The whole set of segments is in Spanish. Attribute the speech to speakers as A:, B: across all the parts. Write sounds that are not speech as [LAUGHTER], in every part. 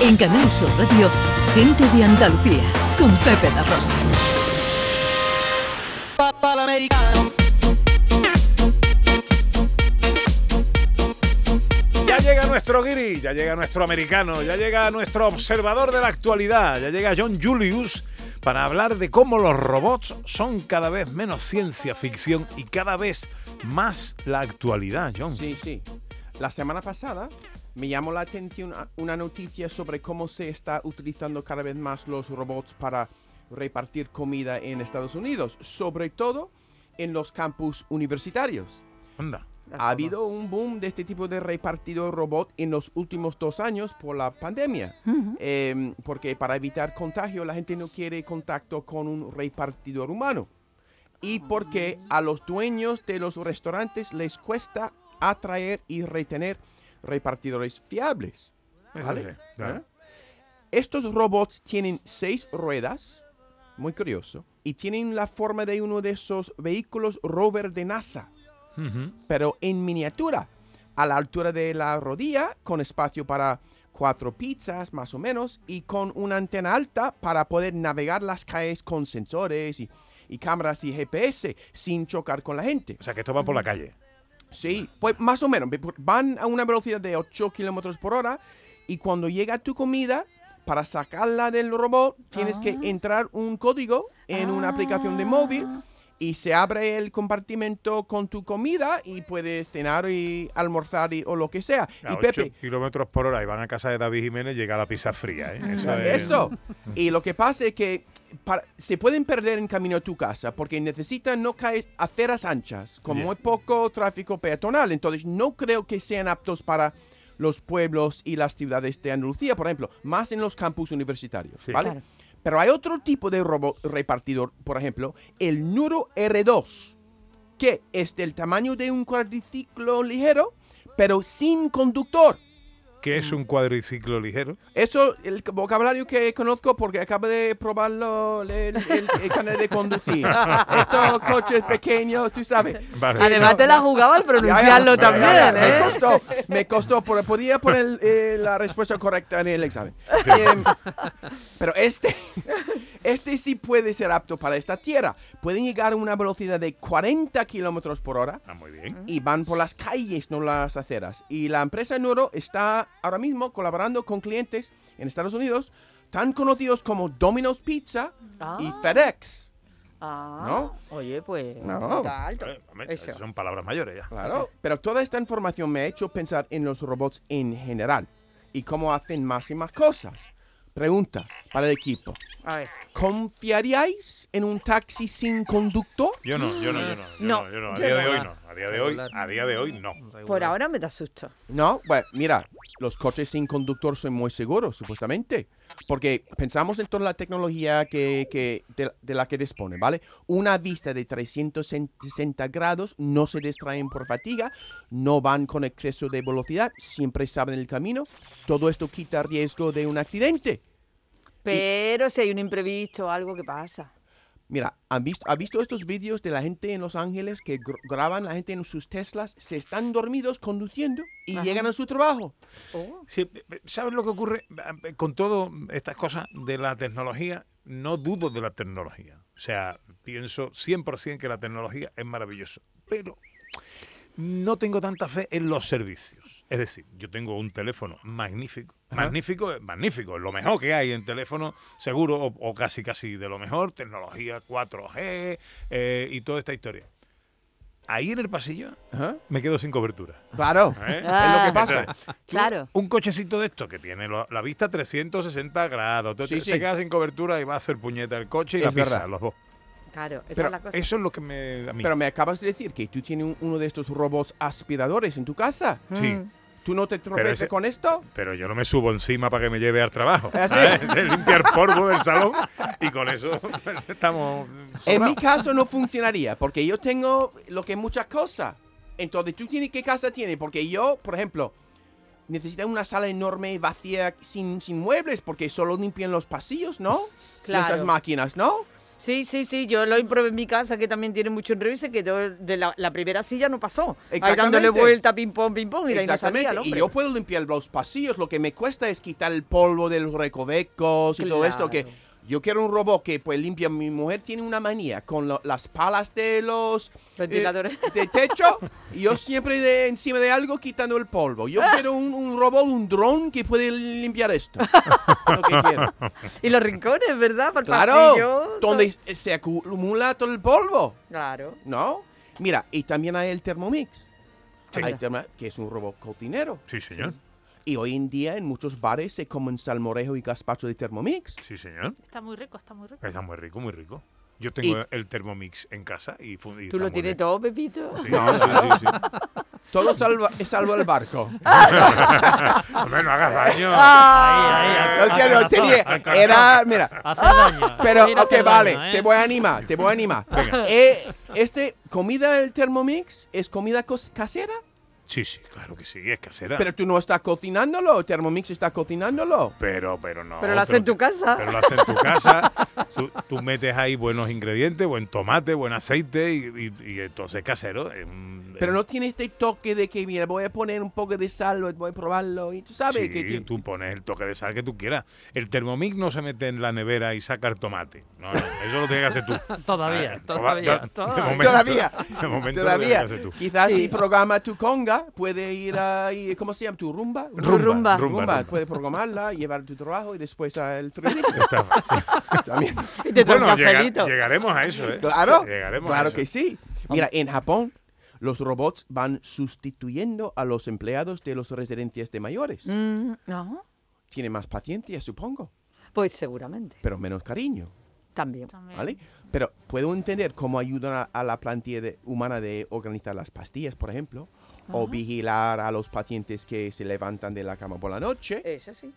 A: En Canal Sur Radio, gente de Andalucía, con Pepe da Rosa.
B: Ya llega nuestro guiri, ya llega nuestro americano, ya llega nuestro observador de la actualidad, ya llega John Julius para hablar de cómo los robots son cada vez menos ciencia ficción y cada vez más la actualidad, John.
C: Sí, sí. La semana pasada me llamó la atención a- una noticia sobre cómo se está utilizando cada vez más los robots para repartir comida en Estados Unidos, sobre todo en los campus universitarios.
B: Anda.
C: Ha habido un boom de este tipo de repartidor robot en los últimos dos años por la pandemia, Em, porque para evitar contagio la gente no quiere contacto con un repartidor humano y porque a los dueños de los restaurantes les cuesta atraer y retener repartidores fiables.
B: Eso
C: ¿vale?
B: sí, claro.
C: ¿Eh? Estos robots tienen seis ruedas, muy curioso, y tienen la forma de uno de esos vehículos rover de NASA
B: Ujú.
C: pero en miniatura, a la altura de la rodilla, con espacio para cuatro pizzas más o menos, y con una antena alta para poder navegar las calles con sensores y, y cámaras y GPS sin chocar con la gente.
B: O sea, que esto va por la calle.
C: Sí, pues más o menos, ve- por- van a una velocidad de 8 kilómetros por hora, y cuando llega tu comida, para sacarla del robot, tienes que entrar un código en una aplicación de móvil y se abre el compartimento con tu comida y puedes cenar y almorzar y- o lo que sea. y
B: A 8
C: Pepe,
B: kilómetros por hora y van a casa de David Jiménez, llega la pizza fría. ¿eh? Eso es-
C: eso. Y lo que pasa es que para- se pueden perder en camino a tu casa porque necesitan no caer aceras anchas con
B: Ya.
C: muy poco tráfico peatonal. Entonces no creo que sean aptos para los pueblos y las ciudades de Andalucía, por ejemplo, más en los campus universitarios,
B: Sí.
C: ¿vale?
D: Claro.
C: Pero hay otro tipo de robot repartidor, por ejemplo, el Nuro R2, que es del tamaño de un cuadriciclo ligero, pero sin conductor.
B: Que es un cuadriciclo ligero.
C: Eso, el vocabulario que conozco porque acabo de probarlo el, el, el carnet de conducir. Estos coches pequeños, tú sabes.
B: Vale.
D: Además te la jugaba al
C: Ya, ya,
D: pronunciarlo
C: ya, ya,
D: también,
C: Me
D: ¿eh?
C: costó, me costó, porque podía poner eh, la respuesta correcta en el examen.
B: Sí.
C: Em, pero este, este sí puede ser apto para esta tierra. Pueden llegar a una velocidad de 40 kilómetros por hora
B: Ah, muy bien.
C: y van por las calles, no las aceras. Y la empresa Neuro está ahora mismo colaborando con clientes en Estados Unidos tan conocidos como Domino's Pizza y
D: Ah,
C: FedEx.
D: ah,
C: ¿No?
D: Oye, pues.
C: No.
D: está alto.
B: Eh, hombre,
D: Eso.
B: Son palabras mayores ya.
C: Claro. Pero toda esta información me ha hecho pensar en los robots en general y cómo hacen más y más cosas. Pregunta para el equipo.
D: A ver.
C: ¿Confiaríais en un taxi sin conducto?
B: Yo no, yo no, yo no. Yo
D: No,
B: no, yo no. A
D: yo
B: día
D: no.
B: de hoy no. A día de hoy, a día de hoy no.
D: Por ahora me da susto.
C: No, bueno, mira, los coches sin conductor son muy seguros, supuestamente. Porque pensamos en toda la tecnología que, que- de, de la que dispone, ¿vale? Una vista de 360 grados, no se distraen por fatiga, no van con exceso de velocidad, siempre saben el camino. Todo esto quita riesgo de un accidente.
D: Pero si hay un imprevisto, algo que pasa.
C: Mira, ¿han visto, ¿ha visto estos vídeos de la gente en Los Ángeles que gr- graban la gente en sus Teslas? Se están dormidos conduciendo y
D: Ajá.
C: llegan a su trabajo.
D: Oh,
B: Sí, pe- pe- ¿Sabes lo que ocurre Eh, con todas estas cosas de la tecnología? No dudo de la tecnología. O sea, pienso 100% que la tecnología es maravillosa. Pero no tengo tanta fe en los servicios. Es decir, yo tengo un teléfono magnífico. Magnífico es magnífico. es Lo mejor que hay en teléfono, seguro, o, o casi casi de lo mejor. Tecnología 4G eh, y toda esta historia. Ahí en el pasillo
C: Ajá.
B: me quedo sin cobertura.
C: ¿Ah? Claro.
B: ¿eh?
D: Ah.
C: Es lo que pasa.
D: Claro.
B: Un cochecito de esto que tiene lo- la vista 360 grados. tú-
C: Sí,
B: se
C: sí.
B: queda sin cobertura y va a hacer puñeta el coche y
C: Es
B: la pizza,
C: verdad.
B: los dos.
D: Claro, esa
C: Pero
D: es la cosa.
B: Eso es lo que me. A mí.
C: Pero me acabas de decir que tú tienes un- uno de estos robots aspiradores en tu casa.
B: sí.
D: Mm.
C: ¿Tú no te tropiezas
B: ese-
C: con esto?
B: Pero yo no me subo encima para que me lleve al trabajo.
C: ¿Ah, sí?
B: ¿sabes? De limpiar polvo del salón y con eso [LAUGHS] estamos.
C: En mi caso no funcionaría porque yo tengo lo que muchas cosas. Entonces, ¿tú tienes qué casa tienes? Porque yo, por ejemplo, necesito una sala enorme, vacía, sin, sin muebles, porque solo limpian los pasillos, ¿no?
D: Claro.
C: Estas máquinas, ¿no?
D: Sí, sí, sí, yo lo improbé en mi casa, que también tiene mucho enredo, y se quedó de la, la primera silla, no pasó. Ahí dándole
C: Exactamente.
D: vuelta, ping pong, ping pong, y de ahí no salía
C: Exactamente.
D: el
C: y
D: hombre.
C: yo puedo limpiar los pasillos. Lo que me cuesta es quitar el polvo de los recovecos y todo esto. Que
D: Claro.
C: yo quiero un robot que pues limpia. Mi mujer tiene una manía con lo- las palas de los eh,
D: Ventiladores.
C: de techo. y yo siempre de encima de algo quitando el polvo. Yo quiero un, un robot, un dron que puede limpiar esto. lo que
D: [LAUGHS]
C: quiero.
D: Y los rincones, ¿verdad? Para el
C: Claro.
D: pasillo,
C: Donde se acumula todo el polvo.
D: Claro.
C: ¿No? Mira, y también hay el Thermomix.
B: Sí.
C: Hay Thermo- que es un robot cocinero.
B: Sí, señor.
C: Y hoy en día en muchos bares se comen salmorejo y gazpacho de Thermomix.
B: Sí, señor.
E: Está muy rico, está muy rico.
B: Está muy rico, muy rico. Yo tengo
C: Y-
B: el Thermomix en casa y, fu- y está
D: Tú lo
B: muy
D: tienes
B: bien.
D: todo, Pepito.
C: [LAUGHS]
B: Sí,
C: No,
B: sí, sí, sí.
C: Todo salva, salvo el
F: [LAUGHS]
C: barco.
B: Hombre, no hagas daño.
F: Ah,
C: O sea, no tenía, era, mira,
F: Hace daño.
C: pero
F: Mira, hace
C: ok, vale,
F: daño, ¿eh?
C: te voy a animar, te voy a
F: [LAUGHS]
C: animar.
B: Venga.
C: Eh, este, comida del Thermomix es comida cos- casera,
B: Sí, sí, claro que sí, es casera. Pero,
C: pero tú no estás cocinándolo, el Thermomix está cocinándolo.
B: pero, no.
D: Pero lo haces en tu casa.
B: Pero lo haces en tu casa. Tú, tú metes ahí buenos ingredientes, buen tomate, buen aceite y, y- y entonces casero. es un-
C: Pero
B: es-
C: no tiene este toque de que, mira, voy a poner un poco de sal, voy a probarlo, y tú sabes
B: Sí,
C: que... tiene-
B: tú pones el toque de sal que tú quieras. El Thermomix no se mete en la nevera y saca el tomate. No, no, eso lo tienes que hacer tú.
F: [LAUGHS] Todavía,
B: Ah, toda-
F: todavía,
B: to- de
F: todavía.
B: momento-
C: Todavía,
B: de momento lo
C: Todavía.
B: tienes que hacer tú.
C: Quizás
D: Sí.
C: si programa tu conga, puede ir a. y- ¿Cómo se llama? ¿Tu rumba?
B: rumba,
D: Rumba.
B: rumba.
C: Puede
B: [LAUGHS]
C: programarla, llevar a tu trabajo y después al frigorífico.
B: Está- sí.
F: [LAUGHS]
C: También.
D: Y te trae
B: Bueno,
D: un
B: llega-
D: cafelito.
B: llegaremos a eso, ¿eh?
C: Claro.
B: Llegaremos a
C: Claro
B: eso.
C: que sí. Mira, en Japón, los robots van sustituyendo a los empleados de las residencias de mayores.
D: Mm, no,
C: Tienen más paciencia, supongo,
D: pues seguramente.
C: pero menos cariño.
D: También.
E: También.
C: ¿Vale? Pero puedo entender cómo ayudan a, a la plantilla de- humana de organizar las pastillas, por ejemplo, o vigilar a los pacientes que se levantan de la cama por la noche,
D: Eso sí.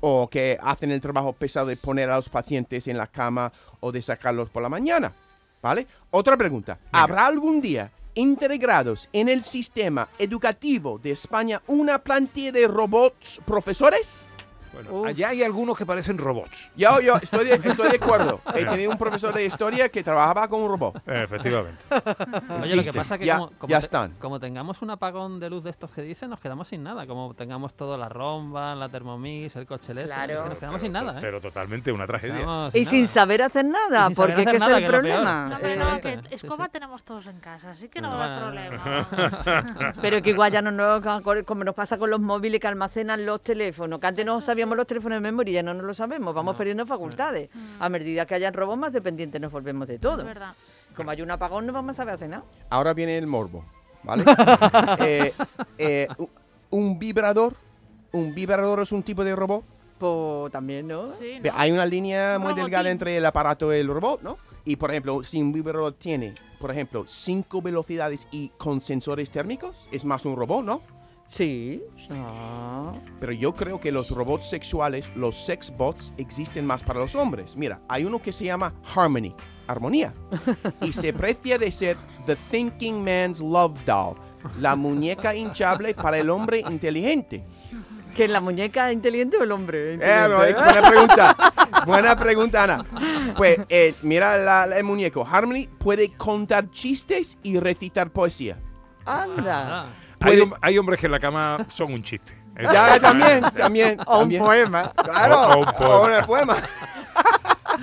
C: o que hacen el trabajo pesado de poner a los pacientes en la cama o de sacarlos por la mañana. ¿Vale? Otra pregunta. ¿Habrá algún día integrados en el sistema educativo de España una plantilla de robots profesores?
B: Bueno,
D: Uf.
B: allá hay algunos que parecen robots.
C: Yo, yo estoy de, estoy de acuerdo. He tenido un profesor de historia que trabajaba con un robot.
B: Efectivamente.
F: Oye, lo que
C: existen.
F: pasa es que
C: Ya-
F: como, como
C: ya
F: te-
C: están.
F: como tengamos un apagón de luz de estos que dicen, nos quedamos sin nada. Como tengamos toda la romba, la Thermomix, el coche eléctrico,
D: Claro.
F: es que nos quedamos sin nada, ¿eh?
B: Pero totalmente una tragedia.
F: Quedamos
D: Y sin
F: nada.
D: saber hacer nada,
F: Y sin saber
D: porque es
F: hacer
D: que
F: nada,
D: es el
F: que es lo peor.
D: problema.
E: No,
F: Sí,
E: hombre,
D: Eh,
E: no,
F: sí, sí.
E: que escoba tenemos todos en casa, así que no va a haber
F: Bueno,
E: problema.
F: [LAUGHS]
D: Pero que igual ya no nos, como nos pasa con los móviles que almacenan los teléfonos, que antes no sabíamos los teléfonos de memoria, ya no nos lo sabemos, vamos
F: No.
D: perdiendo facultades. A medida que haya robos, más dependientes nos volvemos de todo.
E: Es verdad.
D: Como hay un apagón, no vamos a saber hacer nada.
C: Ahora viene el morbo, ¿vale? Eh, eh, u- un vibrador. Un vibrador es un tipo de robot.
D: Pues también, ¿no?
E: Sí,
C: Ve,
E: ¿no?
C: Hay una línea muy
E: Robotín.
C: delgada entre el aparato y el robot, ¿no? Y por ejemplo, si un vibrador tiene, por ejemplo, cinco velocidades y con sensores térmicos, es más un robot, ¿no?
D: Sí. Ah.
C: Pero yo creo que los robots sexuales, los sexbots, existen más para los hombres. Mira, hay uno que se llama Harmony, armonía, y se precia de ser The Thinking Man's Love Doll, la muñeca hinchable para el hombre inteligente.
D: ¿Que la muñeca es inteligente o el hombre? es
C: Eh,
D: inteligente?
C: bu- buena pregunta, buena pregunta, Ana. Pues eh, mira la- la- el muñeco, Harmony puede contar chistes y recitar poesía.
D: Anda.
F: Ah,
B: Hay,
C: Puede-
B: hom- hay hombres que en la cama son un chiste.
C: [LAUGHS] Ya,
B: [LAUGHS]
C: también, también.
D: O un
C: también.
D: poema.
C: Claro,
B: O- o un
C: o
B: poema.
C: una poema. [LAUGHS]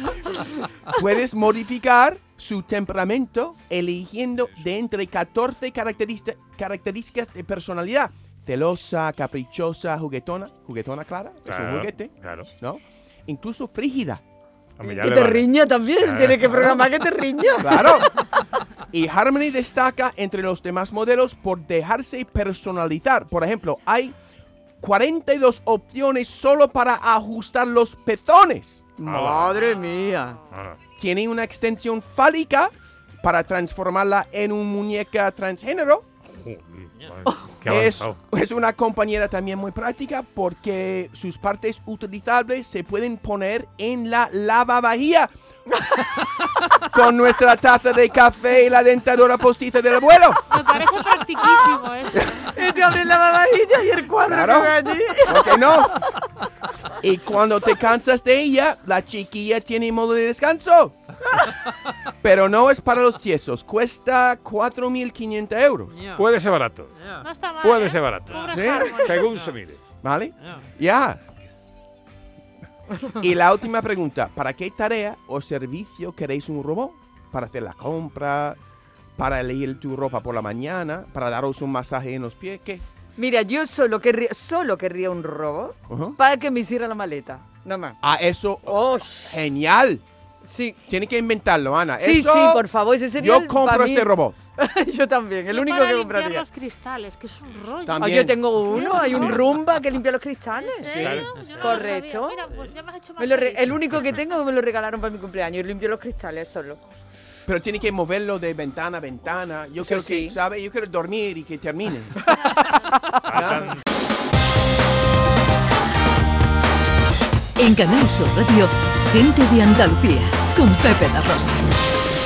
C: Puedes modificar su temperamento eligiendo de entre 14 caracterista- características de personalidad. Celosa, caprichosa, juguetona. Juguetona, Clara, es un
B: Claro,
C: juguete,
B: Claro.
C: ¿no? Incluso frígida, Este
B: Hombre, ya
D: Que
B: le
D: te
B: vale.
D: riña también.
B: Ah.
D: Tienes que programar que te riña.
C: [LAUGHS] claro. Y Harmony destaca entre los demás modelos por dejarse personalizar. Por ejemplo, hay 42 opciones solo para ajustar los pezones.
D: Madre mía.
B: Ah,
C: tiene una extensión fálica para transformarla en un muñeca transgénero.
B: joder, madre, qué
C: Es,
B: avanzado.
C: es una compañera también muy práctica porque sus partes utilizables se pueden poner en la
B: [LAUGHS]
C: lavavajilla con nuestra taza de café y la dentadora postiza del abuelo.
E: Me parece
D: [LAUGHS]
E: practiquísimo eso.
D: Y te abres la babajilla y el cuadro
C: Claro.
D: que ve allí.
C: ¿Por qué no? Y cuando te cansas de ella, la chiquilla tiene modo de descanso. Pero no es para los tiesos. Cuesta 4.500 euros.
F: Ya,
B: Puede ser barato.
F: ya,
E: No está mal.
B: Puede
E: ¿eh?
B: ser barato.
E: Cobra
C: Sí.
E: Harmony.
B: Según se mire.
C: ¿Vale?
F: ya.
C: Ya. Y la última pregunta. ¿Para qué tarea o servicio queréis un robot? ¿Para hacer la compra? ¿Para elegir tu ropa por la mañana? ¿Para daros un masaje en los pies? ¿Qué?
D: Mira, yo solo querría, solo querría un robot
C: Ujú.
D: para que me hiciera la maleta. No más.
C: Ah, eso.
D: Oh,
C: Genial.
D: sí.
C: Tiene que inventarlo, Ana.
D: Sí,
C: Eso,
D: sí, por favor, ese sería
C: Yo
D: el-
C: compro
D: pa' mí.
C: este robot.
D: [LAUGHS] yo también, el
E: Yo
D: único
E: para
D: que
E: limpiar
D: compraría.
E: los cristales, que es un rollo.
C: Tam-
D: Ah,
C: También.
D: yo tengo uno, hay
B: Sí.
D: un rumba que limpia los cristales.
E: ¿En
B: claro.
E: serio? Yo no lo sabía.
D: Correcto.
E: Mira, pues ya me has hecho más
D: Me lo re-
E: feliz.
D: el único que tengo me lo regalaron para mi cumpleaños, limpio los cristales solo.
C: Pero tiene que moverlo de ventana a ventana. Yo
D: Eso
C: quiero
D: sí.
C: que, ¿sabe? Yo quiero dormir y que
D: [LAUGHS]
C: termine. Ah,
B: Atan-
A: En Canal Sur Radio, gente de Andalucía, con Pepe da Rosa.